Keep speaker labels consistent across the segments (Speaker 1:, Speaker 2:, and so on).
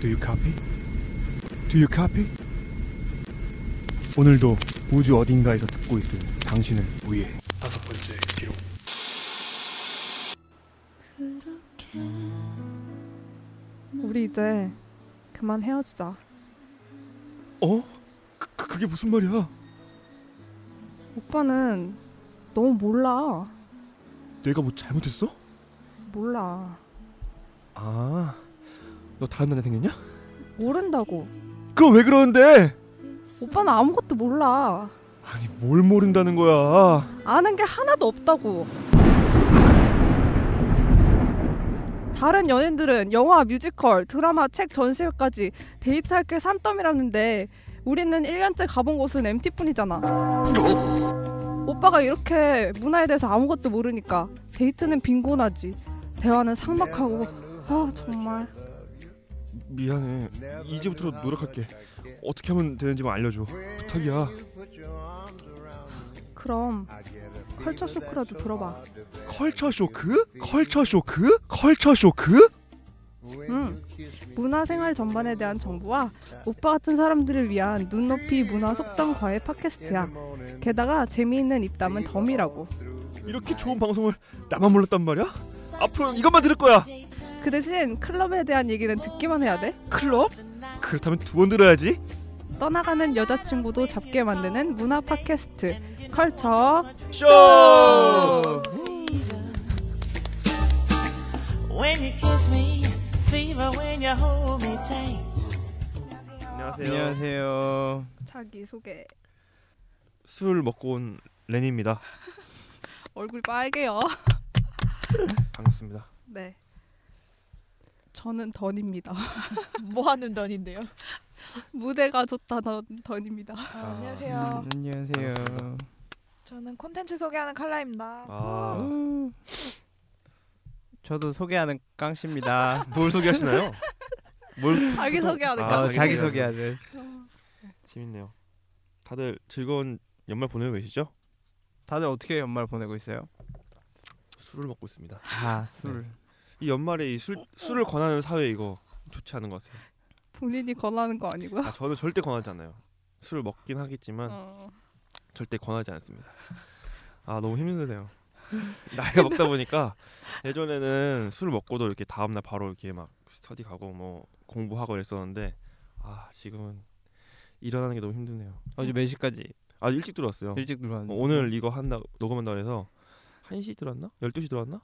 Speaker 1: Do you copy? Do you copy? 오늘도 우주 어딘가에서 듣고 있을 당신을 위해 다섯 번째 기록
Speaker 2: 우리 이제 그만 헤어지자.
Speaker 1: 어? 그, 그- 그게 무슨 말이야?
Speaker 2: 오빠는 너무 몰라.
Speaker 1: 내가 뭐 잘못했어?
Speaker 2: 몰라.
Speaker 1: 아, 너 다른 남자 생겼냐?
Speaker 2: 모른다고.
Speaker 1: 그럼 왜 그러는데?
Speaker 2: 오빠는 아무것도 몰라.
Speaker 1: 아니 뭘 모른다는 거야?
Speaker 2: 아는 게 하나도 없다고. 다른 연예인들은 영화, 뮤지컬, 드라마, 책 전시회까지 데이트할 게 산더미라는데 우리는 1년째 가본 곳은 MT뿐이잖아. 오빠가 이렇게 문화에 대해서 아무것도 모르니까 데이트는 빈곤하지. 대화는 삭막하고 아 정말
Speaker 1: 미안해. 이제부터 노력할게. 어떻게 하면 되는지만 알려줘. 부탁이야.
Speaker 2: 그럼 컬처 쇼크라도 들어봐.
Speaker 1: 컬처 쇼크? 컬처 쇼크? 컬처 쇼크?
Speaker 2: 음, 문화생활 전반에 대한 정보와 오빠 같은 사람들을 위한 눈높이 문화 속성 과외 팟캐스트야. 게다가 재미있는 입담은 덤이라고.
Speaker 1: 이렇게 좋은 방송을 나만 몰랐단 말이야? 앞으로는 이것만 들을 거야.
Speaker 2: 그 대신 클럽에 대한 얘기는 듣기만 해야 돼.
Speaker 1: 클럽? 그렇다면 두 번 들어야지.
Speaker 2: 떠나가는 여자친구도 잡게 만드는 문화 팟캐스트 컬처
Speaker 1: 쇼!
Speaker 3: When you kiss me, fever when you hold me tight.
Speaker 4: 안녕하세요.
Speaker 5: 안녕하세요.
Speaker 2: 자기 소개.
Speaker 4: 술 먹고 온 렌입니다.
Speaker 2: 얼굴 빨개요.
Speaker 4: 반갑습니다.
Speaker 2: 네. 저는 던입니다.
Speaker 6: 뭐 하는 던인데요?
Speaker 2: 무대가 좋다 던 던입니다.
Speaker 4: 아,
Speaker 6: 안녕하세요.
Speaker 5: 음, 안녕하세요.
Speaker 6: 저는 콘텐츠 소개하는 칼라입니다.
Speaker 4: 아,
Speaker 5: 저도 소개하는 깡씨입니다.
Speaker 4: 뭘 소개하시나요? 뭘
Speaker 2: 자기 소개하는
Speaker 4: 아,
Speaker 5: 아,
Speaker 2: 거.
Speaker 5: 자기
Speaker 4: 자기소개.
Speaker 5: 소개하는.
Speaker 4: 재밌네요. 다들 즐거운 연말 보내고 계시죠?
Speaker 5: 다들 어떻게 연말 보내고 있어요?
Speaker 4: 술을 먹고 있습니다.
Speaker 5: 아, 술.
Speaker 4: 이 연말에 이 술, 술을 권하는 사회 이거 좋지 않은 것 같아요.
Speaker 2: 본인이 권하는 거 아니고요.
Speaker 4: 아, 저는 절대 권하지 않아요. 술을 먹긴 하겠지만
Speaker 2: 어.
Speaker 4: 절대 권하지 않습니다. 아 너무 힘드네요. 나이가 먹다 보니까 예전에는 술 먹고도 이렇게 다음 날 바로 이렇게 막 스터디 가고 뭐 공부하고 이랬었는데 아 지금은 일어나는 게 너무 힘드네요.
Speaker 5: 어제 몇 시까지?
Speaker 4: 아 일찍 들어왔어요.
Speaker 5: 일찍
Speaker 4: 어,
Speaker 5: 들어왔는데. 뭐
Speaker 4: 오늘 이거 한다 녹음한다 그래서 1시 들어왔나? 12시 들어왔나?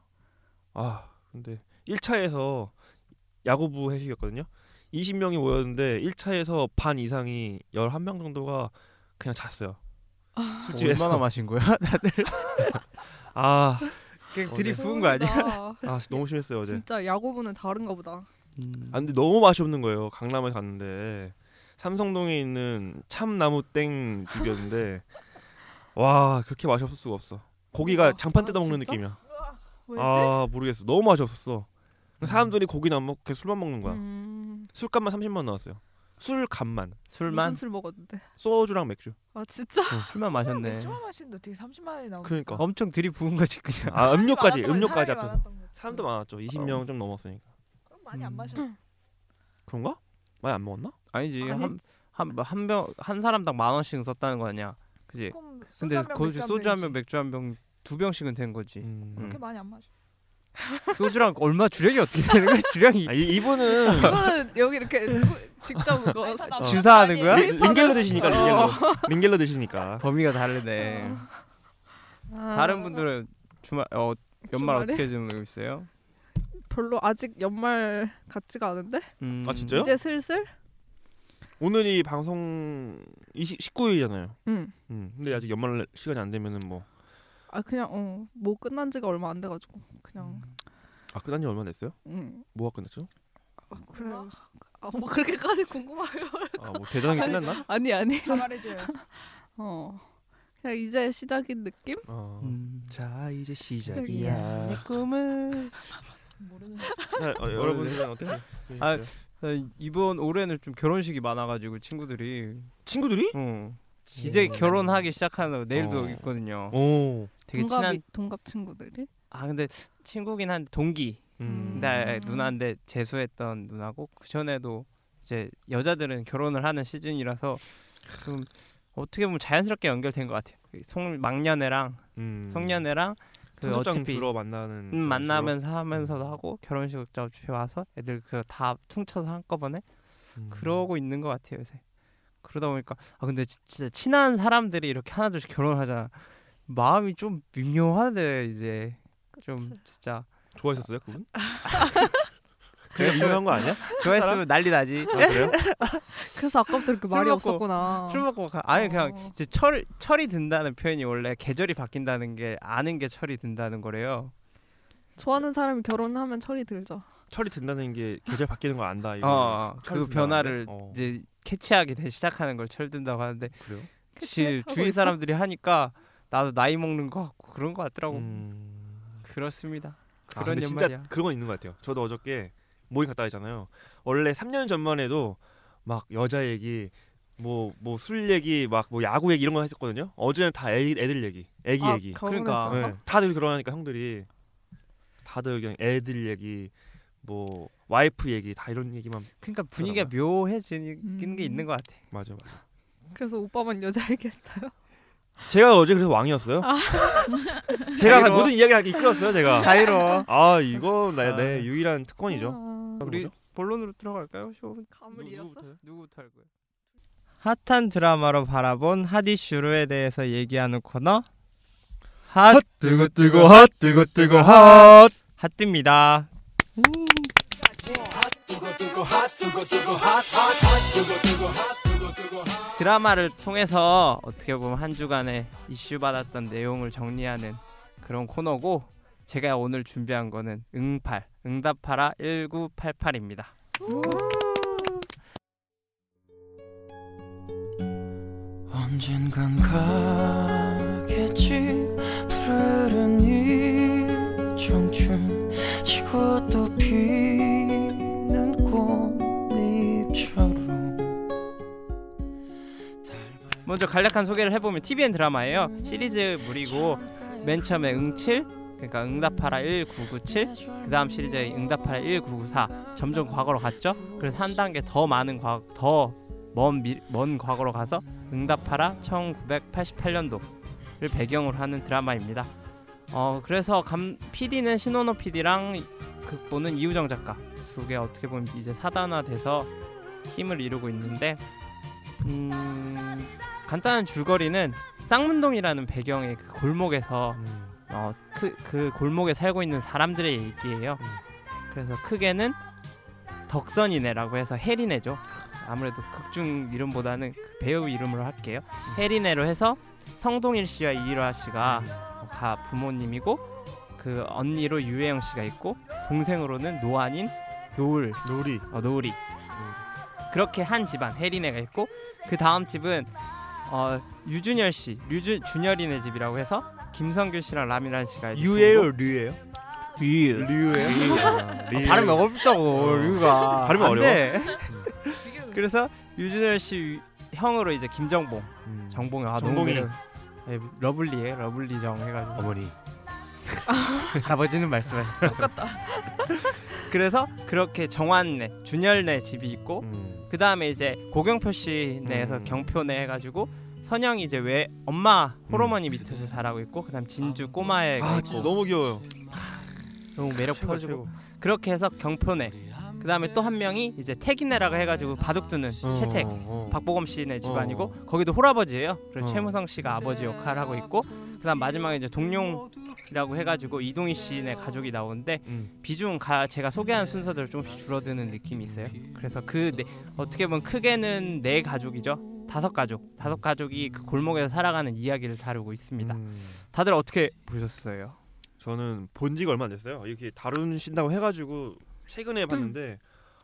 Speaker 4: 아 근데 1차에서 야구부 회식이었거든요. 20명이 모였는데 1차에서 반 이상이 11명 정도가 그냥 잤어요.
Speaker 2: 아.
Speaker 4: 술집에서.
Speaker 5: 얼마나 마신 거야?
Speaker 4: 아
Speaker 5: 그냥
Speaker 4: 어,
Speaker 5: 들이
Speaker 4: 네.
Speaker 5: 부은 거 아니야?
Speaker 2: 모르겠다.
Speaker 4: 아 너무 심했어요 어제.
Speaker 2: 그러니까. 진짜 야구부는 다른가 보다.
Speaker 5: 음.
Speaker 4: 아 근데 너무 맛이 없는 거예요. 강남에 갔는데 삼성동에 있는 참나무 땡 집이었는데 와 그렇게 맛이 없을 수가 없어. 고기가
Speaker 2: 우와,
Speaker 4: 장판
Speaker 2: 아,
Speaker 4: 뜯어 먹는
Speaker 2: 진짜?
Speaker 4: 느낌이야.
Speaker 2: 왜지?
Speaker 4: 아 모르겠어. 너무 맛이 없었어. 사람들이 고기는 안 먹고 그냥 술만 먹는 거야.
Speaker 2: 음,
Speaker 4: 술값만 30만 나왔어요. 술값만
Speaker 5: 술만
Speaker 2: 무슨 술 먹었는데?
Speaker 4: 소주랑 맥주.
Speaker 2: 아 진짜?
Speaker 5: 술만 마셨네. 뭐.
Speaker 6: 맥주만 마시는데 어떻게 30만 원이 나오는
Speaker 4: 그러니까
Speaker 5: 엄청 들이 부은 어, 거지 그냥.
Speaker 4: 아 음료까지 음료까지 앞에서 사람도 많았죠. 20명 좀 넘었으니까
Speaker 6: 그럼 많이 안
Speaker 5: 음.
Speaker 6: 마셔.
Speaker 4: 그런가? 많이 안 먹었나?
Speaker 5: 아니지.
Speaker 2: 아니,
Speaker 5: 한한한병한 사람당 만 원씩 썼다는 거 아니야. 그지?
Speaker 6: 그럼 소주
Speaker 5: 근데
Speaker 6: 한 병,
Speaker 5: 거기서
Speaker 6: 맥주 한
Speaker 5: 소주 한 병,
Speaker 6: 병이지.
Speaker 5: 맥주 한 병, 두 병씩은 된 거지.
Speaker 4: 음.
Speaker 6: 그렇게 많이 안 마셔.
Speaker 5: 소주랑 얼마 주량이 어떻게 되는 거야? 주량이
Speaker 4: 아, 이, 이분은
Speaker 2: 이거는 여기 이렇게 도- 직접 그거
Speaker 6: 아,
Speaker 5: 주사하는 거야?
Speaker 2: 아니,
Speaker 4: 링- 링겔로 드시니까 링겔로 링겔로 드시니까
Speaker 5: 범위가 다르네.
Speaker 2: 아,
Speaker 5: 다른 분들은 주말 어 연말
Speaker 2: 주말에?
Speaker 5: 어떻게 지내고 있어요?
Speaker 2: 별로 아직 연말 같지가 않은데
Speaker 5: 음,
Speaker 4: 아, 진짜요?
Speaker 2: 이제 슬슬.
Speaker 4: 오늘 이 방송 20, 19일이잖아요.
Speaker 2: 응.
Speaker 4: 음. 근데 아직 연말 시간이 안 되면은 뭐 아
Speaker 2: 아 그냥 어뭐 끝난 지가 얼마 안 돼가지고 그냥
Speaker 4: 아, 끝난 지 얼마 됐어요?
Speaker 2: 음
Speaker 4: 뭐가 끝났죠?
Speaker 2: 아, 그래. 아, 뭐 그렇게까지 궁금해요?
Speaker 4: 아 뭐 대단하게 끝났나?
Speaker 2: 아니 아니.
Speaker 6: 다 말해줘요.
Speaker 2: 어 그냥 이제 시작인 느낌?
Speaker 4: 어.
Speaker 5: 음.
Speaker 4: 자 이제
Speaker 2: 시작이야.
Speaker 5: 내 꿈을
Speaker 6: 모르는.
Speaker 4: 아, 어, 여러분들은 어떻게?
Speaker 5: 아, 나 이번 올해는 좀 결혼식이 많아가지고 친구들이
Speaker 4: 친구들이?
Speaker 5: 어, 이제 결혼하기 시작하는 내일도
Speaker 4: 음. 어.
Speaker 5: 있거든요.
Speaker 4: 오. 음.
Speaker 5: 되게
Speaker 2: 동갑이
Speaker 5: 친한
Speaker 2: 동갑 친구들이.
Speaker 5: 아 근데 친구긴 한데 동기
Speaker 4: 음.
Speaker 5: 네, 누나인데 재수했던 누나고 그 전에도 이제 여자들은 결혼을 하는 시즌이라서 좀 어떻게 보면 자연스럽게 연결된 것 같아요. 그송 막년애랑
Speaker 4: 음.
Speaker 5: 성년애랑 네. 그
Speaker 4: 청첩장
Speaker 5: 어차피
Speaker 4: 들어 만나는
Speaker 5: 음,
Speaker 4: 방식으로? 음.
Speaker 5: 만나면서 하면서도 하고 결혼식 어차피 와서 애들 그 다 퉁쳐서 한꺼번에
Speaker 4: 음.
Speaker 5: 그러고 있는 것 같아요 요새. 그러다 보니까 아 근데 지- 진짜 친한 사람들이 이렇게 하나둘씩 결혼하잖아. 마음이 좀 미묘하대 이제 좀 진짜
Speaker 4: 좋아하셨어요 그분? 그게 유명한 거 아니야?
Speaker 5: 좋아했으면 난리 나지.
Speaker 4: 아, 그래요?
Speaker 2: 그래서 아까부터 이렇게
Speaker 5: 술
Speaker 2: 말이
Speaker 5: 먹고,
Speaker 2: 없었구나.
Speaker 5: 술 먹고 가, 아니 그냥
Speaker 2: 어.
Speaker 5: 이제 철 철이 든다는 표현이 원래 계절이 바뀐다는 게 아는 게 철이 든다는 거래요.
Speaker 2: 좋아하는 사람이 결혼하면 철이 들죠.
Speaker 4: 철이 든다는 게 계절 바뀌는 걸 안다 이거.
Speaker 5: 어,
Speaker 4: 철이
Speaker 5: 그
Speaker 4: 든다는
Speaker 5: 변화를
Speaker 4: 거? 어,
Speaker 5: 이제 캐치하기 되 시작하는 걸 철 든다고 하는데
Speaker 4: 그래요?
Speaker 5: 지,
Speaker 2: 하고
Speaker 5: 주위
Speaker 2: 있어?
Speaker 5: 사람들이 하니까 나도 나이 먹는 거 같고 그런 거 같더라고.
Speaker 4: 음.
Speaker 5: 그렇습니다.
Speaker 4: 아,
Speaker 5: 그런
Speaker 4: 근데 진짜
Speaker 5: 연말이야.
Speaker 4: 그건 있는 것 같아요. 저도 어저께 모임 갔다 왔잖아요. 원래 3년 전만 해도 막 여자 얘기, 뭐 뭐 술 얘기, 막 뭐 야구 얘기 이런 거 했었거든요. 어제는 다 애, 애들 얘기, 애기
Speaker 2: 아,
Speaker 4: 얘기.
Speaker 2: 결혼했어.
Speaker 4: 네, 다들 그러니까 형들이 다들 그냥 애들 얘기, 뭐 와이프 얘기 다 이런 얘기만
Speaker 5: 그러니까 분위기가 묘해지는
Speaker 6: 음.
Speaker 5: 게 있는 것 같아.
Speaker 4: 맞아 맞아.
Speaker 2: 그래서 오빠만 여자 얘기했어요.
Speaker 4: 제가 어제 그래서 왕이었어요. 제가
Speaker 5: 자유로워.
Speaker 4: 모든 이야기를 이끌었어요, 제가.
Speaker 5: 자유로워.
Speaker 4: 아 이거 내,
Speaker 5: 아.
Speaker 4: 내 유일한 특권이죠.
Speaker 2: 아,
Speaker 5: 우리 본론으로 들어갈까요?
Speaker 2: 감을
Speaker 4: 누-
Speaker 2: 잃었어.
Speaker 4: 누구부터요?
Speaker 5: 누구부터 할 거예요? 핫한 드라마로 바라본 핫 이슈에 대해서 얘기하는 코너 핫 뜨고 뜨고 핫 뜨고 뜨고 핫 핫입니다. 드라마를 통해서 어떻게 보면 한 주간에 이슈 받았던 내용을 정리하는 그런 코너고 제가 오늘 준비한 거는 응팔 응답하라 1988입니다.
Speaker 7: 언젠간 가겠지 푸르른 이 청춘 지고 또 피는 꽃잎처럼
Speaker 5: 먼저 간략한 소개를 해보면 TVN 드라마예요. 시리즈물이고 맨 처음에 응칠 그러니까 응답하라 1997 그다음 시리즈에 응답하라 1994 점점 과거로 갔죠. 그래서 한 단계 더 많은 과거 더먼먼 먼 과거로 가서 응답하라 1988년도를 배경으로 하는 드라마입니다. 어 그래서 감 PD는 신원호 PD랑 극본은 이우정 작가 두 개 어떻게 보면 이제 사단화돼서 힘을 이루고 있는데 음, 간단한 줄거리는 쌍문동이라는 배경의 그 골목에서
Speaker 4: 음.
Speaker 5: 어, 그, 그 골목에 살고 있는 사람들의 얘기예요.
Speaker 4: 음.
Speaker 5: 그래서 크게는 덕선이네라고 해서 혜리네죠. 아무래도 극중 이름보다는 그 배우 이름으로 할게요. 혜리네로 해서 성동일 씨와 이일화
Speaker 4: 음.
Speaker 5: 씨가 어, 가 부모님이고 그 언니로 유혜영 씨가 있고 동생으로는 노안인 노을
Speaker 4: 놀이.
Speaker 5: 어, 노을이 그렇게 한 집안 혜린애가 있고 그 다음 집은 어, 유준열 씨 류준 준열이네 집이라고 해서 김성규 씨랑 라미란 씨가 아, 이제 부부고.
Speaker 4: 류예요?
Speaker 5: 류
Speaker 4: 류예요.
Speaker 5: 아, 발음이 어렵다고
Speaker 4: 어.
Speaker 5: 류가
Speaker 4: 발음이
Speaker 5: 안
Speaker 4: 어려워?
Speaker 5: 돼. 음. 그래서 유준열 씨 위- 형으로 이제 김정봉
Speaker 4: 음.
Speaker 5: 정봉이 아 너무
Speaker 4: 정봉이.
Speaker 5: 매력- 예, 러블리에 러블리정 해가지고
Speaker 4: 어머니.
Speaker 5: 할아버지는 말씀하셨
Speaker 6: 똑같다.
Speaker 5: 그래서 그렇게 정환네 준열네 집이 있고 그 다음에 이제 고경표 씨 내에서
Speaker 4: 음.
Speaker 5: 경표내 해가지고 선영이 이제 왜 엄마 호러머니 밑에서 자라고 있고 그다음 진주 꼬마에
Speaker 4: 음. 아
Speaker 5: 있고
Speaker 4: 진짜 너무 귀여워요.
Speaker 5: 너무 매력
Speaker 4: 최고,
Speaker 5: 퍼지고 그렇게 해서 경표내 그 다음에 또 한 명이 이제 태기네라고 해가지고 바둑 두는 채택 박보검 씨네 집안이고
Speaker 4: 어.
Speaker 5: 거기도 홀아버지예요. 그리고
Speaker 4: 어.
Speaker 5: 최무성 씨가 아버지 역할을 하고 있고 그다음 마지막에 이제 동룡이라고 해가지고 이동희 씨네 가족이 나오는데
Speaker 4: 음.
Speaker 5: 비중 가 제가 소개한 순서대로 조금씩 줄어드는 느낌이 있어요. 그래서 그 네, 어떻게 보면 크게는 네 가족이죠. 다섯 가족, 다섯 가족이 그 골목에서 살아가는 이야기를 다루고 있습니다.
Speaker 4: 음.
Speaker 5: 다들 어떻게 보셨어요?
Speaker 4: 저는 본 지가 얼마 안 됐어요. 이렇게 다루신다고 해가지고 최근에 봤는데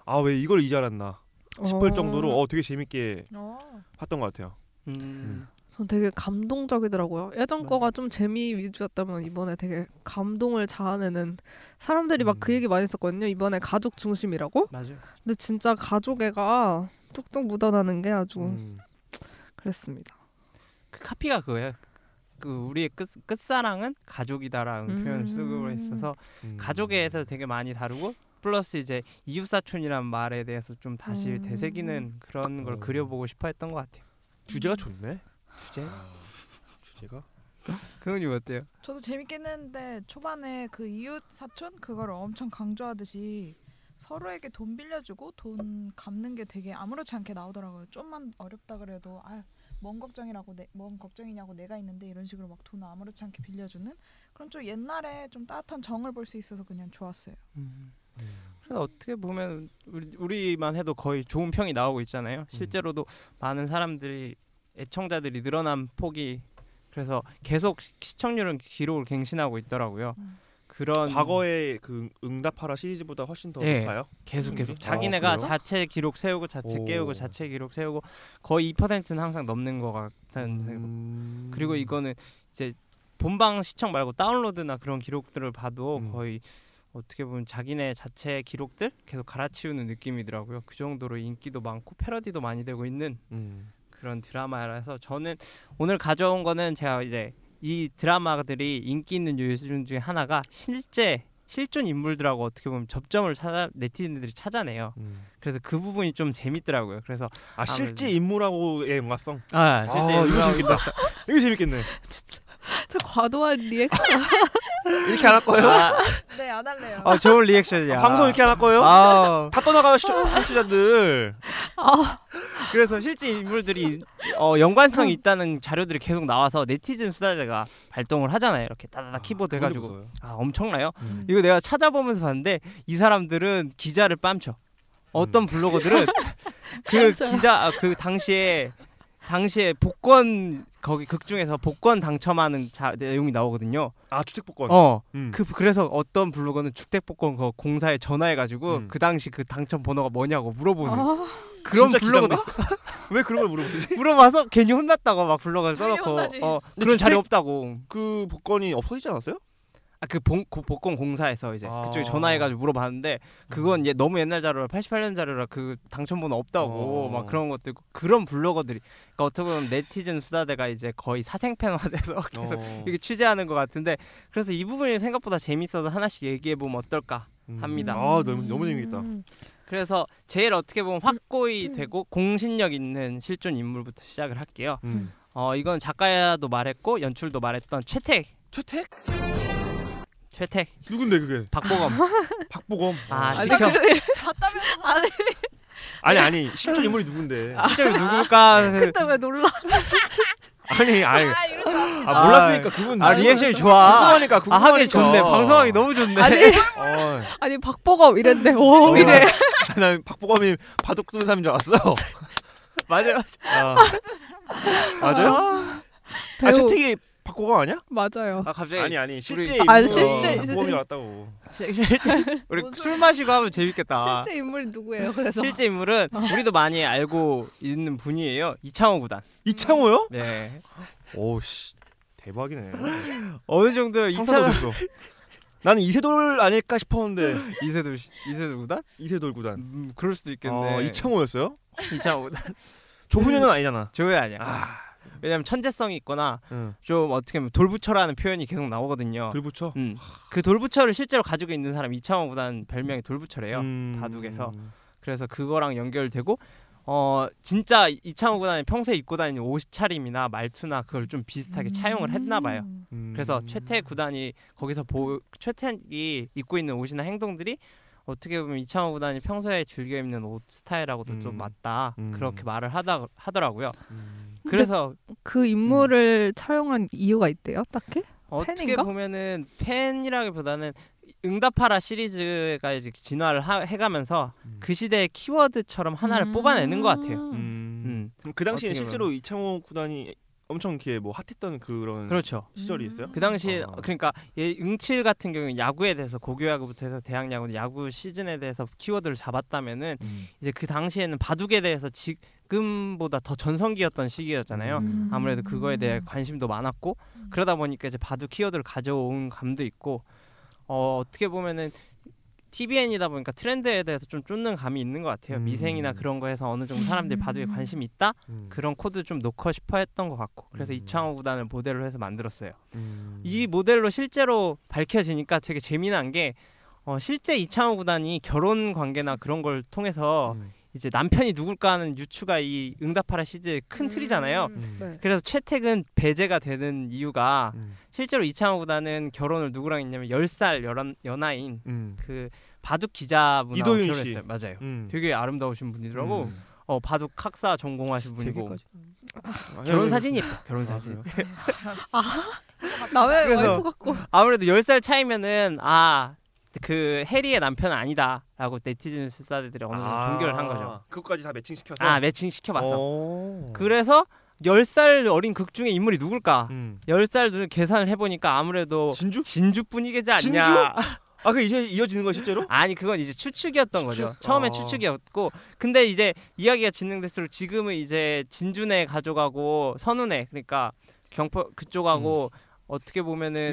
Speaker 4: 아 왜 이걸 이제 알았나 싶을 정도로 어 되게 재밌게
Speaker 6: 어.
Speaker 4: 봤던 것 같아요.
Speaker 5: 음,
Speaker 2: 전 되게 감동적이더라고요. 예전
Speaker 4: 네.
Speaker 5: 맞아.
Speaker 2: 거가 좀 재미 위주였다면 이번에 되게 감동을 자아내는 사람들이 막 그
Speaker 4: 음.
Speaker 2: 얘기 많이 했었거든요. 이번에 가족 중심이라고?
Speaker 5: 맞아요.
Speaker 2: 근데 진짜 가족애가 뚝뚝 묻어나는 게 아주
Speaker 4: 음.
Speaker 2: 그랬습니다.
Speaker 5: 그 카피가 그거예요. 그 우리의 끝 끝사랑은 가족이다라는
Speaker 8: 음.
Speaker 5: 표현을 쓰고 있어서
Speaker 4: 음.
Speaker 5: 가족에 대해서 되게 많이 다루고 플러스 이제 이웃사촌이라는 말에 대해서 좀 다시
Speaker 8: 음.
Speaker 5: 되새기는 그런 걸
Speaker 4: 어.
Speaker 5: 그려보고 싶어 했던 것 같아요.
Speaker 4: 주제가 좋네.
Speaker 5: 주제?
Speaker 4: 주제가
Speaker 5: 그건이 어때요?
Speaker 6: 저도 재밌긴 했는데 초반에 그 이웃 사촌 그걸 엄청 강조하듯이 서로에게 돈 빌려주고 돈 갚는 게 되게 아무렇지 않게 나오더라고요. 좀만 어렵다 그래도 아뭔 걱정이라고 내, 뭔 걱정이냐고 내가 있는데 이런 식으로 막 돈 아무렇지 않게 빌려주는 그런 좀 옛날에 좀 따뜻한 정을 볼 수 있어서 그냥 좋았어요.
Speaker 5: 음. 그래서 어떻게 보면 우리, 우리만 해도 거의 좋은 평이 나오고 있잖아요. 실제로도 많은 사람들이 애청자들이 늘어난 폭이 그래서 계속 시- 시청률은 기록을 갱신하고 있더라고요.
Speaker 6: 음.
Speaker 5: 그런
Speaker 4: 과거의 그 응답하라 시리즈보다 훨씬 더
Speaker 5: 예.
Speaker 4: 높아요.
Speaker 5: 계속 계속
Speaker 4: 아,
Speaker 5: 자기네가
Speaker 4: 그래요?
Speaker 5: 자체 기록 세우고 자체
Speaker 4: 오.
Speaker 5: 깨우고 자체 기록 세우고 거의 2%는 항상 넘는 것 같다는 생각.
Speaker 4: 음.
Speaker 5: 그리고 이거는 이제 본방 시청 말고 다운로드나 그런 기록들을 봐도
Speaker 4: 음.
Speaker 5: 거의 어떻게 보면 자기네 자체 기록들 계속 갈아치우는 느낌이더라고요. 그 정도로 인기도 많고 패러디도 많이 되고 있는
Speaker 4: 음.
Speaker 5: 그런 드라마라서 저는 오늘 가져온 거는 제가 이제 이 드라마들이 인기 있는 요즘 중에 하나가 실제 실존 인물들하고 어떻게 보면 접점을 찾아 네티즌들이 찾아내요.
Speaker 4: 음.
Speaker 5: 그래서 그 부분이 좀 재밌더라고요. 그래서
Speaker 4: 아 실제 인물하고의 연관성.
Speaker 5: 아 실제
Speaker 4: 아 이거
Speaker 5: 인물하고
Speaker 4: 재밌겠다. 이거 재밌겠네.
Speaker 2: 진짜 저 과도한 리액션
Speaker 4: 이렇게 안 할 거예요?
Speaker 5: 아,
Speaker 6: 네 안 할래요.
Speaker 5: 아 좋은 리액션이야.
Speaker 4: 방송 이렇게 안 할 거예요?
Speaker 5: 아
Speaker 4: 다 떠나가요 시청- 청취자들.
Speaker 2: 아,
Speaker 5: 그래서 실제 인물들이 어,
Speaker 4: 음.
Speaker 5: 연관성이 있다는 자료들이 계속 나와서 네티즌 수다대가 발동을 하잖아요. 이렇게 따다다 키보드 해가지고
Speaker 4: 무서워요.
Speaker 5: 아 엄청나요.
Speaker 4: 음.
Speaker 5: 이거 내가 찾아보면서 봤는데 이 사람들은 기자를 뺨쳐. 어떤
Speaker 4: 음.
Speaker 5: 블로거들은 그
Speaker 8: 뺨쳐요.
Speaker 5: 기자 아, 그 당시에 당시에 복권 거기 극 중에서 복권 당첨하는 자, 내용이 나오거든요.
Speaker 4: 아 주택 복권.
Speaker 5: 어.
Speaker 4: 음.
Speaker 5: 그 그래서 어떤 블로거는 주택복권 그 공사에 전화해가지고
Speaker 4: 음.
Speaker 5: 그 당시 그 당첨 번호가 뭐냐고 물어보는
Speaker 2: 아
Speaker 5: 그런
Speaker 4: 진짜
Speaker 5: 블로거도
Speaker 4: 기자인가? 왜 그런 걸 물어보지?
Speaker 5: 물어봐서 괜히 혼났다고 막 블로그에
Speaker 6: 괜히
Speaker 5: 써놓고
Speaker 6: 혼나지.
Speaker 5: 어,
Speaker 4: 근데
Speaker 5: 그런 자료
Speaker 4: 주택-
Speaker 5: 없다고
Speaker 4: 그 복권이 없어지지 않았어요?
Speaker 5: 아그 복권 공사에서 이제
Speaker 4: 아.
Speaker 5: 그쪽에 전화해가지고 물어봤는데 그건 얘 너무 옛날 자료라 88년 자료라 그 당첨번호 없다고
Speaker 4: 어.
Speaker 5: 막 그런 것도 있고 그런 블로거들이 그러니까 어떻게 보면 네티즌 수다대가 이제 거의 사생팬화돼서 계속
Speaker 4: 어.
Speaker 5: 이렇게 취재하는 것 같은데 그래서 이 부분이 생각보다 재밌어서 하나씩 얘기해 보면 어떨까
Speaker 4: 음.
Speaker 5: 합니다. 네.
Speaker 4: 아 너무 너무 재밌겠다.
Speaker 8: 음.
Speaker 5: 그래서 제일 어떻게 보면
Speaker 6: 음.
Speaker 5: 확고히 되고 공신력 있는 실존 인물부터 시작을 할게요.
Speaker 4: 음.
Speaker 5: 어 이건 작가도 말했고 연출도 말했던 최택
Speaker 4: 최택
Speaker 5: 최택
Speaker 4: 누군데 그게?
Speaker 5: 박보검
Speaker 4: 박보검.
Speaker 5: 아
Speaker 2: 아니,
Speaker 5: 지켜
Speaker 2: 그래. 아니
Speaker 4: 아니 아니 실존 인물이 누군데?
Speaker 5: 지켜 누굴까
Speaker 2: 그때 왜 놀라
Speaker 4: 아니 아니
Speaker 6: 아 이러지 맙시다.
Speaker 4: 아 몰랐으니까 그분
Speaker 5: 아 리액션이 좋아
Speaker 4: 궁금하니까
Speaker 5: 아
Speaker 4: 궁금하니까
Speaker 5: 하기 좋네 방송하기 너무 좋네 음.
Speaker 2: 아니
Speaker 4: 어.
Speaker 2: 아니 박보검 이랬는데 오 이래
Speaker 4: 어, 난 박보검이 바둑 두는 사람인 줄 알았어
Speaker 5: 맞아요
Speaker 4: 아. 맞아요? 아
Speaker 2: 배우
Speaker 4: 채택이 박보검 아니야?
Speaker 2: 맞아요
Speaker 5: 아 갑자기
Speaker 4: 네, 아니 아니 실제
Speaker 2: 아,
Speaker 4: 인물은
Speaker 2: 실제-
Speaker 4: 박보검이 나왔다고
Speaker 5: 시- 시- 우리 술 마시고 하면 재밌겠다
Speaker 2: 실제 인물이 누구예요 그래서
Speaker 5: 아.
Speaker 2: 어.
Speaker 5: 실제 인물은 우리도 많이 알고 있는 분이에요 이창호 구단
Speaker 4: 이창호요?
Speaker 5: 네
Speaker 4: 오씨 대박이네
Speaker 5: 어느 정도
Speaker 4: 상상도 됐어
Speaker 5: 이창호
Speaker 4: 나는 이세돌 아닐까 싶었는데
Speaker 5: 이세돌 씨- 이세돌 구단
Speaker 4: 이세돌 구단
Speaker 5: 음, 그럴 수도
Speaker 4: 어,
Speaker 5: 있겠네
Speaker 4: 이창호였어요?
Speaker 5: 이창호 구단
Speaker 4: 조훈현은 아니잖아
Speaker 5: 저게 아니야
Speaker 4: 아
Speaker 5: 왜냐면 천재성이 있거나
Speaker 4: 응.
Speaker 5: 좀 어떻게 보면 돌부처라는 표현이 계속 나오거든요
Speaker 4: 불붙여
Speaker 5: 음. 그 돌부처를 실제로 가지고 있는 사람 이창호 구단 별명이 돌부처래요.
Speaker 4: 음.
Speaker 5: 바둑에서. 그래서 그거랑 연결되고 어 진짜 이창호 구단이 평소에 입고 다니는 옷 차림이나 말투나 그걸 좀 비슷하게 차용을 했나 봐요.
Speaker 6: 음.
Speaker 4: 음.
Speaker 5: 그래서 최태 구단이 거기서 보 최태이 입고 있는 옷이나 행동들이 어떻게 보면 이창호 구단이 평소에 즐겨 입는 옷 스타일하고도
Speaker 4: 음.
Speaker 5: 좀 맞다
Speaker 4: 음.
Speaker 5: 그렇게 말을 하다 하더라고요.
Speaker 4: 음.
Speaker 5: 그래서
Speaker 2: 그 인물을 차용한 이유가 있대요 딱히
Speaker 5: 어떻게
Speaker 2: 팬인가?
Speaker 5: 보면은 팬이라기보다는 응답하라 시리즈가 이제 진화를 하- 해가면서
Speaker 4: 음.
Speaker 5: 그 시대의 키워드처럼 하나를
Speaker 8: 음.
Speaker 5: 뽑아내는 것 같아요.
Speaker 4: 음.
Speaker 5: 음,
Speaker 4: 그럼 그 당시에
Speaker 5: 어떻게
Speaker 4: 실제로 이창호 구단이 엄청 이렇게 뭐 핫했던 그런
Speaker 5: 그렇죠.
Speaker 4: 시절이 있어요?
Speaker 5: 그 당시
Speaker 4: 어.
Speaker 5: 그러니까 얘 응칠 같은 경우는 야구에 대해서 고교야구부터 해서 대학야구, 야구 시즌에 대해서 키워드를 잡았다면은
Speaker 4: 음.
Speaker 5: 이제 그 당시에는 바둑에 대해서 지금보다 더 전성기였던 시기였잖아요.
Speaker 4: 음.
Speaker 5: 아무래도 그거에 대해 관심도 많았고 그러다 보니까 이제 바둑 키워드를 가져온 감도 있고 어, 어떻게 보면은 TVN이다 보니까 트렌드에 대해서 좀 쫓는 감이 있는 것 같아요.
Speaker 4: 음.
Speaker 5: 미생이나 그런 거에서 어느 정도 사람들이 바둑에 관심이 있다
Speaker 4: 음.
Speaker 5: 그런 코드 좀 넣고 싶어 했던 것 같고 그래서
Speaker 4: 음.
Speaker 5: 이창호 구단을 모델로 해서 만들었어요.
Speaker 4: 음.
Speaker 5: 이 모델로 실제로 밝혀지니까 되게 재미난 게 어, 실제 이창호 구단이 결혼 관계나 그런 걸 통해서
Speaker 4: 음.
Speaker 5: 이제 남편이 누굴까 하는 유추가 이 응답하라 시즈의 큰 틀이잖아요.
Speaker 4: 음.
Speaker 2: 네.
Speaker 5: 그래서 채택은 배제가 되는 이유가
Speaker 4: 음.
Speaker 5: 실제로 이창호 구단은 결혼을 누구랑 했냐면 10살 열한, 연하인
Speaker 4: 음.
Speaker 5: 그 바둑 기자분하고
Speaker 4: 이도윤 씨.
Speaker 5: 결혼했어요. 맞아요.
Speaker 4: 음.
Speaker 5: 되게 아름다우신 분이더라고.
Speaker 4: 음.
Speaker 5: 어 바둑 학사 전공하신 분이고
Speaker 4: 되게까지. 아,
Speaker 5: 결혼
Speaker 4: 예,
Speaker 5: 사진이 예뻐. 결혼
Speaker 4: 아,
Speaker 5: 사진.
Speaker 4: 그래요?
Speaker 2: 남의
Speaker 5: 그래서-
Speaker 2: 와이프 같고
Speaker 5: 아무래도 10살 차이면은 아 그 해리의 남편은 아니다라고 네티즌 수사들이 어느 정도
Speaker 4: 아,
Speaker 5: 종결을 한 거죠.
Speaker 4: 그것까지 다 매칭시켜서.
Speaker 5: 아 매칭 시켜봤어.
Speaker 4: 어.
Speaker 5: 그래서 10살 어린 극 중에 인물이 누굴까?
Speaker 4: 음.
Speaker 5: 10살 눈 계산을 해보니까 아무래도
Speaker 4: 진주?
Speaker 5: 뭐 진주뿐이겠지 않냐?
Speaker 4: 진주? 아, 그 이제 이어지는 거야 실제로?
Speaker 5: 아니 그건 이제 추측이었던 거죠.
Speaker 4: 추측?
Speaker 5: 처음엔
Speaker 4: 아.
Speaker 5: 추측이었고 근데 이제 이야기가 진행될수록 지금은 이제 진준에 가져가고 선운에 그러니까 경포 그쪽하고 어떻게 보면은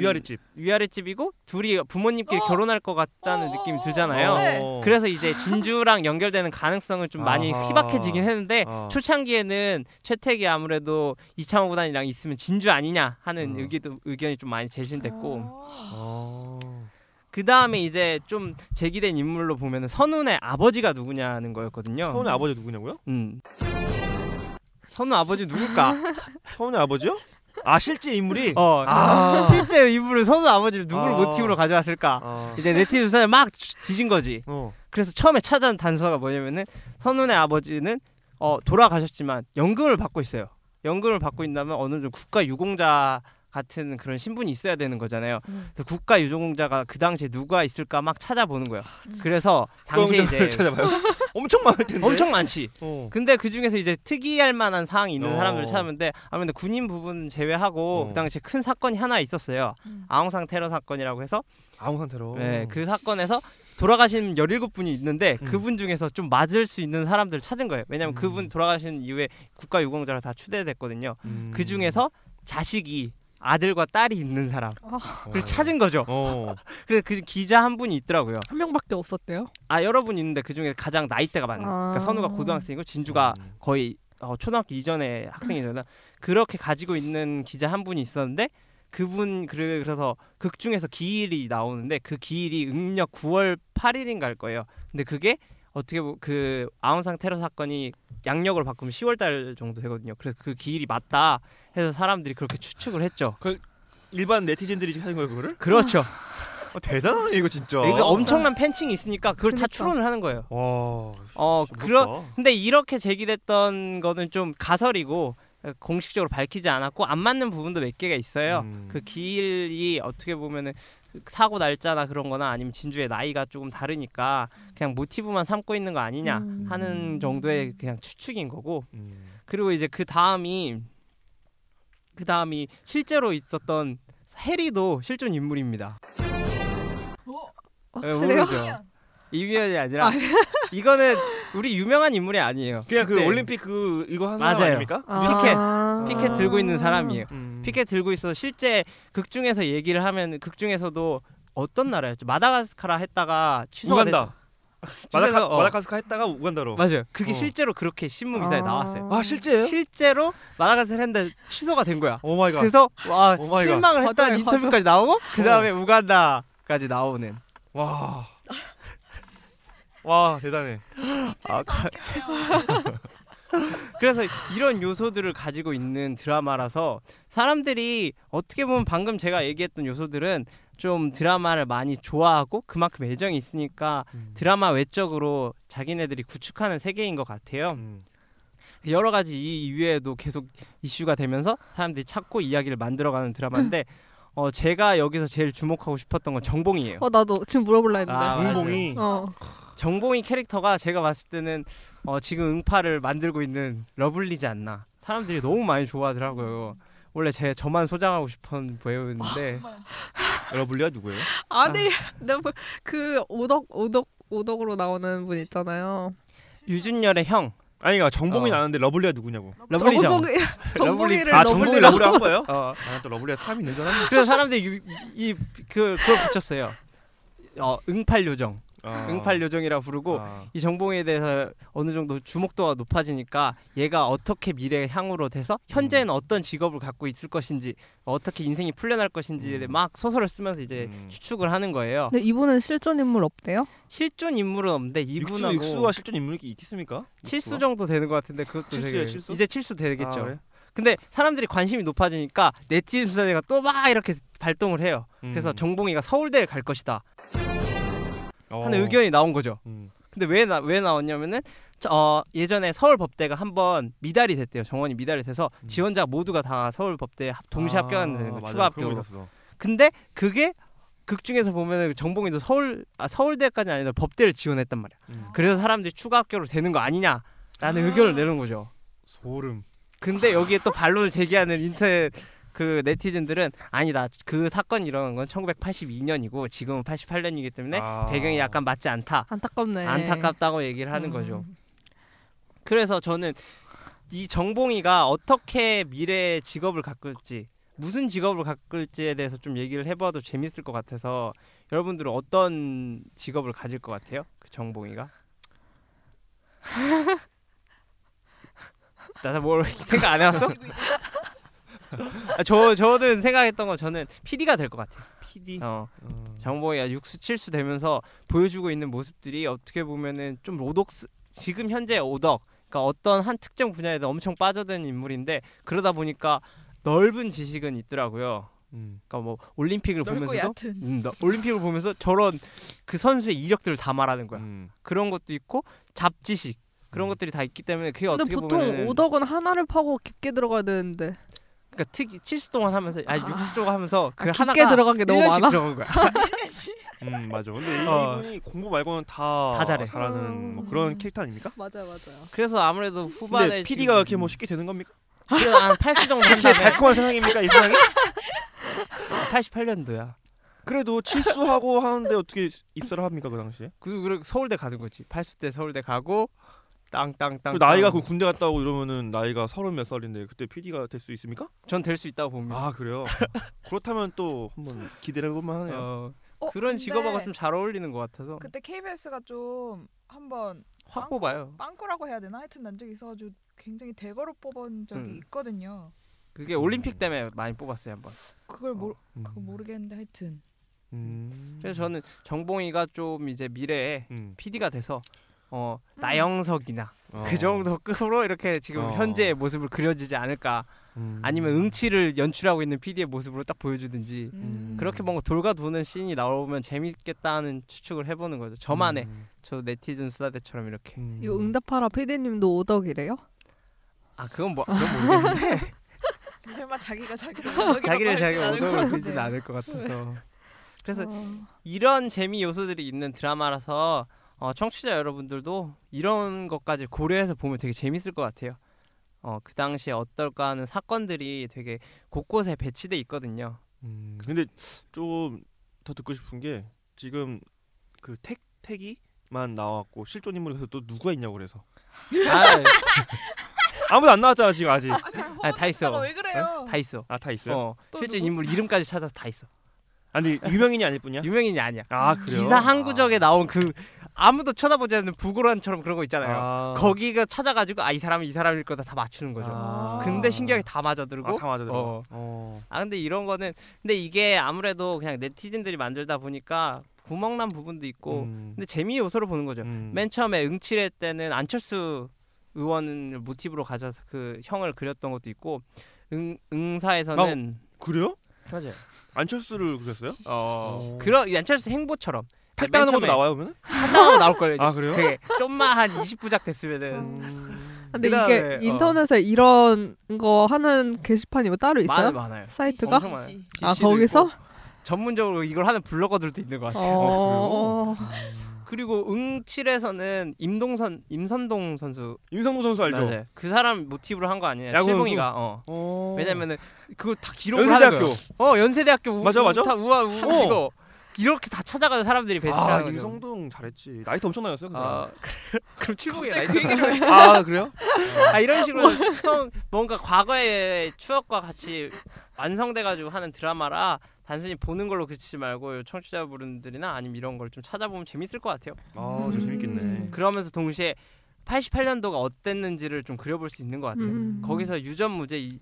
Speaker 4: 음. 위아래 집.
Speaker 5: 위아래 집이고 둘이 부모님끼리
Speaker 6: 어!
Speaker 5: 결혼할 것 같다는
Speaker 6: 어,
Speaker 5: 느낌이
Speaker 6: 어,
Speaker 5: 들잖아요.
Speaker 6: 네.
Speaker 5: 그래서 이제 진주랑 연결되는 가능성은 좀 많이
Speaker 4: 아하.
Speaker 5: 희박해지긴 했는데
Speaker 4: 아.
Speaker 5: 초창기에는 채택이 아무래도 이창호 구단이랑 있으면 진주 아니냐 하는
Speaker 4: 어.
Speaker 5: 의기도, 의견이 좀 많이 제시됐고
Speaker 6: 어.
Speaker 4: 아.
Speaker 5: 그 다음에 이제 좀 제기된 인물로 보면은 선운의 아버지가 누구냐는 거였거든요.
Speaker 4: 서훈의 아버지 누구냐고요?
Speaker 5: 음. 선우 아버지 누굴까?
Speaker 4: 서훈의 아버지요? 아 실제 인물이?
Speaker 5: 어.
Speaker 4: 아.
Speaker 5: 실제 이분은 선우 아버지를 누굴
Speaker 4: 아.
Speaker 5: 모티브로 가져왔을까?
Speaker 4: 아.
Speaker 5: 어. 이제 네티즌 사에 막 뒤진 거지.
Speaker 4: 어.
Speaker 5: 그래서 처음에 찾아온 단서가 뭐냐면은 선운의 아버지는 어, 돌아가셨지만 연금을 받고 있어요. 연금을 받고 있다면 어느 정도 국가 유공자 같은 그런 신분이 있어야 되는 거잖아요.
Speaker 2: 음.
Speaker 5: 그래서 국가 유공자가 그 당시에 누가 있을까 막 찾아보는 거예요. 그래서 당시에 이제
Speaker 4: 찾아봐요. 엄청 많을 텐데.
Speaker 5: 엄청 많지.
Speaker 4: 어.
Speaker 5: 근데 그 중에서 이제 특이할 만한 사항이 있는
Speaker 4: 어.
Speaker 5: 사람들을 찾았는데 아무래도 군인 부분 제외하고
Speaker 4: 어.
Speaker 5: 그 당시에 큰 사건이 하나 있었어요.
Speaker 6: 음.
Speaker 5: 아웅상 테러 사건이라고 해서
Speaker 4: 아무 상태로.
Speaker 5: 네, 그 사건에서 돌아가신 17분이 있는데
Speaker 4: 음.
Speaker 5: 그분 중에서 좀 맞을 수 있는 사람들을 찾은 거예요.
Speaker 4: 음.
Speaker 5: 왜냐면 그분 돌아가신 이후에 국가 유공자로 다 추대됐거든요.
Speaker 4: 음.
Speaker 5: 그 중에서 자식이 아들과 딸이 있는 사람을
Speaker 4: 어.
Speaker 5: 찾은 거죠.
Speaker 4: 어.
Speaker 5: 그래서 그 기자 한 분이 있더라고요.
Speaker 2: 한 명밖에 없었대요.
Speaker 5: 아, 여러분 있는데 그 중에 가장 나이대가 많은.
Speaker 2: 아.
Speaker 5: 그러니까 선우가 고등학생이고 진주가
Speaker 4: 음.
Speaker 5: 거의 어, 초등학교 이전에 학생이잖아. 그렇게 가지고 있는 기자 한 분이 있었는데 그분 그래- 그래서 극 중에서 기일이 나오는데 그 기일이 음력 9월 8일인가일 거예요. 근데 그게 어떻게 보- 그 아웅상 테러 사건이 양력으로 바꾸면 10월 달 정도 되거든요. 그래서 그 기일이 맞다 해서 사람들이 그렇게 추측을 했죠.
Speaker 4: 일반 네티즌들이 지금 하는 거예요 그거를?
Speaker 5: 그렇죠.
Speaker 4: 어, 대단하네 이거 진짜.
Speaker 5: 이게 엄청난 팬층이 있으니까 그걸
Speaker 2: 그러니까.
Speaker 5: 다 추론을 하는 거예요.
Speaker 4: 와.
Speaker 5: 어,
Speaker 4: 진짜
Speaker 5: 그런
Speaker 4: 무섭다.
Speaker 5: 근데 이렇게 제기됐던 거는 좀 가설이고 어, 공식적으로 밝히지 않았고 안 맞는 부분도 몇 개가 있어요.
Speaker 4: 음.
Speaker 5: 그 기일이 어떻게 보면은 그 사고 날짜나 그런 거나 아니면 진주의 나이가 조금 다르니까 그냥 모티브만 삼고 있는 거 아니냐
Speaker 2: 음.
Speaker 5: 하는 정도의 그냥 추측인 거고
Speaker 4: 음.
Speaker 5: 그리고 이제 그 다음이 그 다음이 실제로 있었던 해리도 실존 인물입니다. 예,
Speaker 6: 어?
Speaker 5: 네,
Speaker 2: 확실해요? 예.
Speaker 5: 모르죠. 이면이 아니라 이거는 우리 유명한 인물이 아니에요.
Speaker 4: 그냥 그
Speaker 5: 그때.
Speaker 4: 올림픽 그 이거 하는
Speaker 5: 맞아요.
Speaker 4: 사람 아닙니까?
Speaker 5: 피켓,
Speaker 2: 아.
Speaker 5: 피켓 들고 있는 사람이에요.
Speaker 4: 음.
Speaker 5: 피켓 들고 있어서 실제 극 중에서 얘기를 하면 극 중에서도 어떤 나라였죠? 마다가스카라 했다가 취소가
Speaker 4: 우간다.
Speaker 5: 됐-
Speaker 4: 마다카,
Speaker 5: 취소해서- 어,
Speaker 4: 마다카스카 했다가 우간다로.
Speaker 5: 맞아요. 그게
Speaker 4: 어.
Speaker 5: 실제로 그렇게 신문 기사에
Speaker 2: 아.
Speaker 5: 나왔어요.
Speaker 4: 아 실제예요?
Speaker 5: 실제로 마다가스카라 했는데 취소가 된 거야.
Speaker 4: 오 마이 갓.
Speaker 5: 그래서 와
Speaker 4: 오 마이 갓. 어.
Speaker 5: 실망을 했다는
Speaker 2: 맞아요,
Speaker 5: 인터뷰까지 나오고 그 다음에 우간다까지 나오는.
Speaker 4: 와. 와 대단해.
Speaker 5: 아, 가- 그래서 이런 요소들을 가지고 있는 드라마라서 사람들이 어떻게 보면 방금 제가 얘기했던 요소들은 좀 드라마를 많이 좋아하고 그만큼 애정이 있으니까
Speaker 4: 음.
Speaker 5: 드라마 외적으로 자기네들이 구축하는 세계인 것 같아요.
Speaker 4: 음.
Speaker 5: 여러 가지 이 이외에도 계속 이슈가 되면서 사람들이 찾고 이야기를 만들어가는 드라마인데 어, 제가 여기서 제일 주목하고 싶었던 건 정봉이에요.
Speaker 2: 어 나도 지금 물어볼라 했는데.
Speaker 5: 아,
Speaker 4: 공봉이.
Speaker 2: 어.
Speaker 5: 정봉이 캐릭터가 제가 봤을 때는 어, 지금 응파를 만들고 있는 러블리지 않나 사람들이 너무 많이 좋아하더라고요. 원래 제 저만 소장하고 싶은
Speaker 2: 아,
Speaker 5: 배우였는데
Speaker 4: 러블리야 누구예요?
Speaker 2: 아니 내가 뭐- 그 오덕 오덕 오덕으로 나오는 분 있잖아요.
Speaker 5: 유준열의 형
Speaker 4: 아니 그러니까 정봉이
Speaker 5: 어.
Speaker 4: 나왔는데 러블리야 누구냐고.
Speaker 5: 러블리죠.
Speaker 2: 정봉이
Speaker 5: 러블리-
Speaker 2: 정봉이를
Speaker 4: 아 정봉이
Speaker 2: 러블리라고-
Speaker 4: 러블리 한 거예요?
Speaker 5: 어,
Speaker 4: 아또 러블리야 사람이 내잖아.
Speaker 5: 그래서 사람들이 이 그 그걸 붙였어요. 어, 응팔 요정
Speaker 4: 아.
Speaker 5: 응팔 요정이라 부르고
Speaker 4: 아.
Speaker 5: 이 정봉에 대해서 어느 정도 주목도가 높아지니까 얘가 어떻게 미래 향후로 돼서 현재는
Speaker 4: 음.
Speaker 5: 어떤 직업을 갖고 있을 것인지 어떻게 인생이 풀려날 것인지를
Speaker 4: 음.
Speaker 5: 막 소설을 쓰면서 이제
Speaker 4: 음.
Speaker 5: 추측을 하는 거예요.
Speaker 2: 근데 이분은 실존 인물 없대요?
Speaker 5: 실존 인물은 없는데
Speaker 4: 익수,
Speaker 5: 이분하고
Speaker 4: 익수와 실존 인물이 있겠습니까?
Speaker 5: 칠수
Speaker 4: 익수와?
Speaker 5: 정도 되는 것 같은데 그것도
Speaker 4: 칠수예요,
Speaker 5: 되게
Speaker 4: 칠수?
Speaker 5: 이제 칠수 되겠죠.
Speaker 4: 아, 그래?
Speaker 5: 근데 사람들이 관심이 높아지니까 네티즌 수사대가 또 막 이렇게 발동을 해요. 그래서
Speaker 4: 음.
Speaker 5: 정봉이가 서울대에 갈 것이다
Speaker 4: 어.
Speaker 5: 하는 의견이 나온 거죠.
Speaker 4: 음.
Speaker 5: 근데 왜, 나, 왜 나왔냐면은 저- 어, 예전에 서울법대가 한번 미달이 됐대요. 정원이 미달이 돼서
Speaker 4: 음.
Speaker 5: 지원자 모두가 다 서울법대에 합- 동시에
Speaker 4: 아,
Speaker 5: 합격하는 거예요.
Speaker 4: 맞아.
Speaker 5: 추가
Speaker 4: 그런 거
Speaker 5: 합격으로.
Speaker 4: 있었어.
Speaker 5: 근데 그게 극 중에서 보면은 정봉이도 서울 아, 서울대까지 아니라 법대를 지원했단 말이야.
Speaker 4: 음.
Speaker 5: 그래서 사람들이 추가 합격으로 되는 거 아니냐라는 의견을 내는 거죠.
Speaker 4: 소름.
Speaker 5: 근데 여기에 또 반론을 제기하는 인터넷 그 네티즌들은 아니다 그 사건 이런 건 1982년이고 지금은 88년이기 때문에
Speaker 4: 아.
Speaker 5: 네? 배경이 약간 맞지 않다
Speaker 2: 안타깝네.
Speaker 5: 안타깝다고 얘기를 하는 거죠
Speaker 2: 음.
Speaker 5: 그래서 저는 이 정봉이가 어떻게 미래의 직업을 바꿀지 무슨 직업을 바꿀지에 대해서 좀 얘기를 해봐도 재밌을 것 같아서 여러분들은 어떤 직업을 가질 것 같아요 그 정봉이가 나뭘 생각 안 해왔어? 아, 저 저는 생각했던 건 저는 PD가 될 것 같아요.
Speaker 4: PD.
Speaker 5: 어,
Speaker 4: 어.
Speaker 5: 장보이가 육수 칠수 되면서 보여주고 있는 모습들이 어떻게 보면은 좀 오덕 지금 현재 오덕 그러니까 어떤 한 특정 분야에 대해 엄청 빠져든 인물인데 그러다 보니까 넓은 지식은 있더라고요.
Speaker 4: 음.
Speaker 5: 그러니까 뭐 올림픽을
Speaker 6: 넓고
Speaker 5: 보면서도
Speaker 6: 얕은
Speaker 5: 음, 너- 올림픽을 보면서 저런 그 선수의 이력들을 다 말하는 거야.
Speaker 4: 음.
Speaker 5: 그런 것도 있고 잡지식 그런
Speaker 4: 음.
Speaker 5: 것들이 다 있기 때문에 그게
Speaker 2: 근데
Speaker 5: 어떻게
Speaker 2: 보통
Speaker 5: 보면은
Speaker 2: 오덕은 하나를 파고 깊게 들어가야 되는데
Speaker 5: 그러니까 특이 칠수 동안 하면서 아니
Speaker 2: 아.
Speaker 5: 육수 동안 하면서 그
Speaker 2: 아, 깊게
Speaker 5: 하나가
Speaker 2: 들어간 게 너무
Speaker 5: 1년씩
Speaker 2: 많아.
Speaker 5: 들어간 거야.
Speaker 4: 음, 맞아. 근데 이-
Speaker 5: 어.
Speaker 4: 이분이 공부 말고는 다,
Speaker 5: 다 잘해.
Speaker 4: 어, 잘하는 뭐
Speaker 2: 음.
Speaker 4: 그런 캐릭터 아닙니까?
Speaker 2: 맞아요, 맞아요.
Speaker 5: 그래서 아무래도 후반에
Speaker 4: 근데 PD가 이렇게 뭐 쉽게 되는 겁니까?
Speaker 5: 한80 정도
Speaker 4: 이렇게
Speaker 5: 한다면
Speaker 4: 달콤한 세상입니까 이 세상이?
Speaker 5: 88년도야.
Speaker 4: 그래도 칠수하고 하는데 어떻게 입사를 합니까 그 당시에?
Speaker 5: 그 그래 서울대 가는 거지. 80대 대 서울대 가고
Speaker 4: 그
Speaker 5: 땅땅땅.
Speaker 4: 나이가 그 군대 갔다 오고 이러면은 나이가 서른 몇 살인데 그때 PD가 될 수 있습니까?
Speaker 5: 전될 수 있다고 봅니다.
Speaker 4: 아 그래요. 그렇다면 또 한번 기대를 해볼만 하네요.
Speaker 5: 어,
Speaker 6: 어,
Speaker 5: 그런
Speaker 6: 근데
Speaker 5: 직업하고 좀 잘 어울리는 것 같아서
Speaker 6: 그때 KBS가 좀 한번
Speaker 5: 확 뽑아요.
Speaker 6: 빵꾸라고 해야 되나 하여튼 난 적이 있어가지고 굉장히 대거로 뽑은 적이
Speaker 5: 음.
Speaker 6: 있거든요.
Speaker 5: 그게 올림픽 때문에 많이 뽑았어요 한번.
Speaker 6: 그걸 모
Speaker 4: 음.
Speaker 6: 그거 모르겠는데 하여튼
Speaker 4: 음.
Speaker 5: 그래서 저는 정봉이가 좀 이제 미래에
Speaker 4: 음.
Speaker 5: PD가 돼서 어
Speaker 6: 음.
Speaker 5: 나영석이나
Speaker 4: 어.
Speaker 5: 그 정도 급으로 이렇게 지금
Speaker 4: 어.
Speaker 5: 현재의 모습을 그려지지 않을까
Speaker 4: 음.
Speaker 5: 아니면 응치를 연출하고 있는 PD의 모습으로 딱 보여주든지
Speaker 6: 음.
Speaker 5: 그렇게 뭔가 돌과 도는 씬이 나오면 재밌겠다는 추측을 해보는 거죠 저만의
Speaker 4: 음.
Speaker 5: 저 네티즌 수다대처럼 이렇게
Speaker 4: 음.
Speaker 2: 이거 응답하라 피디님도 오덕이래요?
Speaker 5: 아 그건 뭐 그건 모르겠는데
Speaker 6: 설마 자기가 자기를 오덕이라고
Speaker 5: 자기를
Speaker 6: 할진
Speaker 5: 자기가
Speaker 6: 않을 것
Speaker 5: 오더로
Speaker 6: 같은데.
Speaker 5: 들진 않을 것 같아서 그래서
Speaker 2: 어.
Speaker 5: 이런 재미 요소들이 있는 드라마라서 어, 청취자 여러분들도 이런 것까지 고려해서 보면 되게 재밌을 것 같아요 어, 그 당시에 어떨까 하는 사건들이 되게 곳곳에 배치돼 있거든요
Speaker 4: 음. 근데 좀 더 듣고 싶은 게 지금 그 택, 택이만 나왔고 실존 인물이 그래서 또 누가 있냐고 그래서
Speaker 5: 아,
Speaker 4: 아무도 안 나왔잖아 지금 아직.
Speaker 6: 아, 잘
Speaker 5: 아, 다 있어.
Speaker 6: 호흡하다가 왜 그래요?
Speaker 5: 다 있어
Speaker 4: 아 다 있어요?
Speaker 5: 어,
Speaker 6: 또
Speaker 5: 실제
Speaker 6: 누구?
Speaker 5: 인물 이름까지 찾아서 다 있어
Speaker 4: 아니 유명인이 아닐 뿐이야?
Speaker 5: 유명인이 아니야
Speaker 4: 아 그래요?
Speaker 5: 음, 기사 한 구적에 나온 그 아무도 쳐다보지 않는 부고란처럼 그런 거 있잖아요.
Speaker 4: 아.
Speaker 5: 거기가 찾아가지고 아 이 사람이 이 사람일 거다 다 맞추는 거죠.
Speaker 4: 아.
Speaker 5: 근데 신기하게 다 맞아들고.
Speaker 4: 아, 다 맞아 들어.
Speaker 5: 어.
Speaker 4: 어.
Speaker 5: 아 근데 이런 거는 근데 이게 아무래도 그냥 네티즌들이 만들다 보니까 구멍난 부분도 있고
Speaker 4: 음.
Speaker 5: 근데 재미 요소로 보는 거죠.
Speaker 4: 음.
Speaker 5: 맨 처음에 응칠회 때는 안철수 의원을 모티브로 가져서 그 형을 그렸던 것도 있고 응 응사에서는
Speaker 4: 그래요?
Speaker 5: 맞아요.
Speaker 4: 어. 안철수를 그렸어요? 어.
Speaker 5: 그런 이 안철수 행보처럼
Speaker 4: 탈당하는 것도
Speaker 5: 맨 처음에
Speaker 4: 나와요 그러면?
Speaker 5: 탈당하고 나올 거예요.
Speaker 4: 아 그래요?
Speaker 5: 되게 좀만 한 20부작
Speaker 2: 어.
Speaker 5: 됐으면은 음.
Speaker 2: 근데
Speaker 5: 그다음에, 어.
Speaker 2: 이게 인터넷에 이런 거 하는 게시판이 뭐 따로 있어요?
Speaker 5: 많아요, 많아요.
Speaker 2: 사이트가?
Speaker 5: 엄청 많아요.
Speaker 2: 아
Speaker 5: DC도
Speaker 2: 거기서?
Speaker 5: 있고, 전문적으로 이걸 하는 블로거들도 있는 것 같아요.
Speaker 2: 어.
Speaker 5: 그리고 응칠에서는 임동선, 임선동 선수
Speaker 4: 임성무 선수 알죠?
Speaker 5: 맞아요. 그 사람 모티브로 한 거 아니에요?
Speaker 4: 야구
Speaker 5: 실봉이가. 어.
Speaker 4: 어.
Speaker 5: 왜냐면은 그거 다 기록을 하는
Speaker 4: 연세대학교. 아,
Speaker 5: 거예요. 어, 연세대학교 우,
Speaker 4: 맞아, 맞아.
Speaker 5: 우타, 우아 우
Speaker 4: 어.
Speaker 5: 이거 이렇게 다 찾아가서 사람들이
Speaker 4: 아
Speaker 5: 배치하는 거죠.
Speaker 4: 임성동 잘했지. 나이트 엄청 나였어요 그 사람.
Speaker 5: 아, 그래- 그럼 칠봉이
Speaker 6: 갑자기
Speaker 5: 나이
Speaker 6: 그 얘기를 왜
Speaker 4: 아 그래요?
Speaker 5: 아 이런 식으로 성, 뭔가 과거의 추억과 같이 완성돼가지고 하는 드라마라 단순히 보는 걸로 그치지 말고 요 청취자분들이나 아니면 이런 걸 좀 찾아보면 재밌을 것 같아요.
Speaker 4: 아,
Speaker 5: 음.
Speaker 4: 저 재밌겠네.
Speaker 5: 그러면서 동시에 88년도가 어땠는지를 좀 그려볼 수 있는 것 같아요.
Speaker 2: 음.
Speaker 5: 거기서 유전 무죄 이-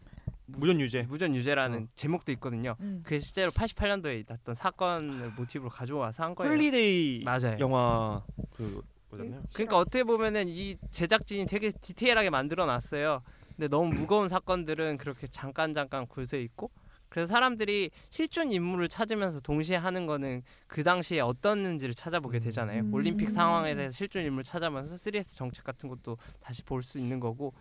Speaker 4: 무전 유죄.
Speaker 5: 무전 유죄라는 제목도 있거든요.
Speaker 6: 음.
Speaker 5: 그게 실제로 88년도에 났던 사건을 모티브로 가져와서 한 거예요.
Speaker 4: 홀리데이
Speaker 5: 맞아요.
Speaker 4: 영화 그 뭐였나요?
Speaker 5: 그러니까 어떻게 보면은 이 제작진이 되게 디테일하게 만들어 놨어요. 근데 너무 무거운 사건들은 그렇게 잠깐 잠깐 골세 있고 그래서 사람들이 실존 인물을 찾으면서 동시에 하는 거는 그 당시에 어떻는지를 찾아보게 되잖아요.
Speaker 2: 음.
Speaker 5: 올림픽 상황에 대해서 실존 인물 찾아면서 3S 정책 같은 것도 다시 볼 수 있는 거고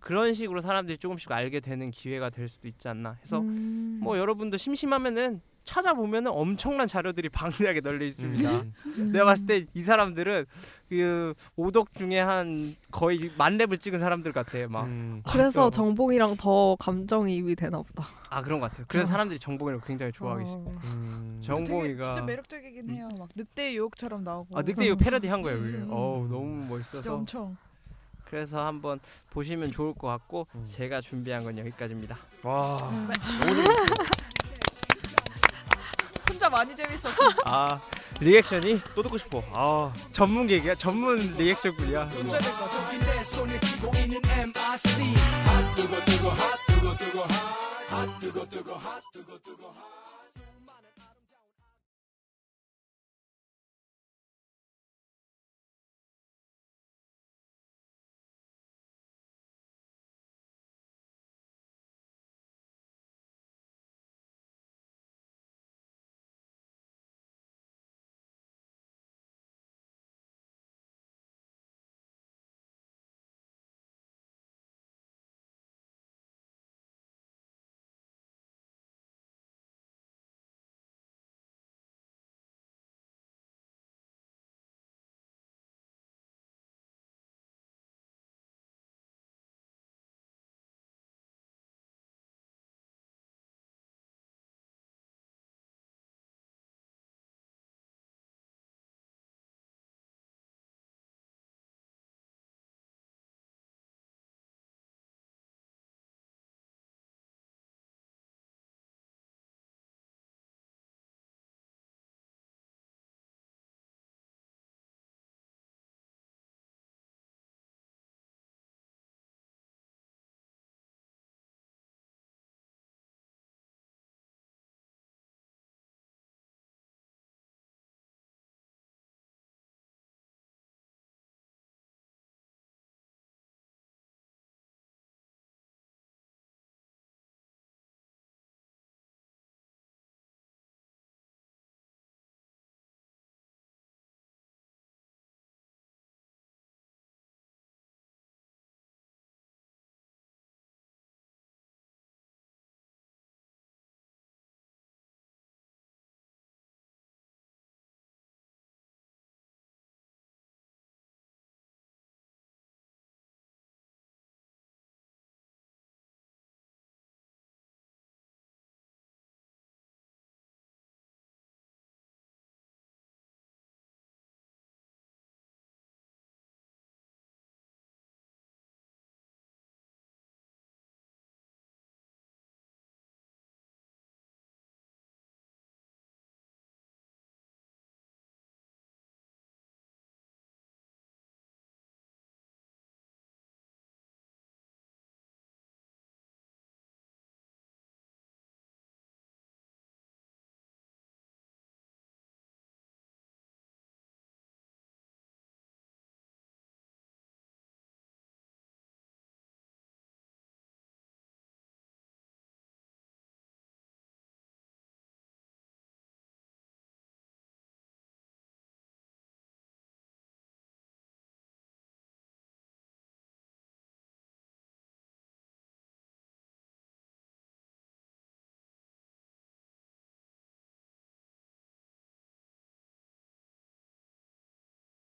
Speaker 5: 그런 식으로 사람들이 조금씩 알게 되는 기회가 될 수도 있지 않나 해서
Speaker 2: 음.
Speaker 5: 뭐 여러분도 심심하면은 찾아보면은 엄청난 자료들이 방대하게 널려 있습니다.
Speaker 4: 음.
Speaker 5: 내가 봤을 때 이 사람들은 그 오덕 중에 한 거의 만 랩을 찍은 사람들 같아 막아
Speaker 4: 음.
Speaker 2: 그래서
Speaker 5: 아,
Speaker 2: 정복이랑 더 감정이입이 되나 보다.
Speaker 5: 그런 것 같아요 그래서 사람들이 정봉이를 굉장히 좋아하기 시작
Speaker 2: 어.
Speaker 4: 음.
Speaker 6: 음. 되게 진짜
Speaker 5: 정봉이가
Speaker 6: 매력적이긴
Speaker 5: 음.
Speaker 6: 해요. 막 늑대의 유혹처럼 나오고.
Speaker 5: 아 늑대 이거 패러디 한 거예요
Speaker 6: 음.
Speaker 5: 음. 어우 너무
Speaker 6: 진짜
Speaker 5: 멋있어서
Speaker 6: 엄청.
Speaker 5: 그래서 한번 보시면 좋을 것 같고
Speaker 4: 음.
Speaker 5: 제가 준비한 건 여기까지입니다
Speaker 4: 와.
Speaker 6: 혼자 많이 재밌었어.
Speaker 5: 아 리액션이
Speaker 4: 또 듣고 싶어. 아.
Speaker 5: 전문객이야 전문 리액션군이야
Speaker 6: 혼자 될것 같아.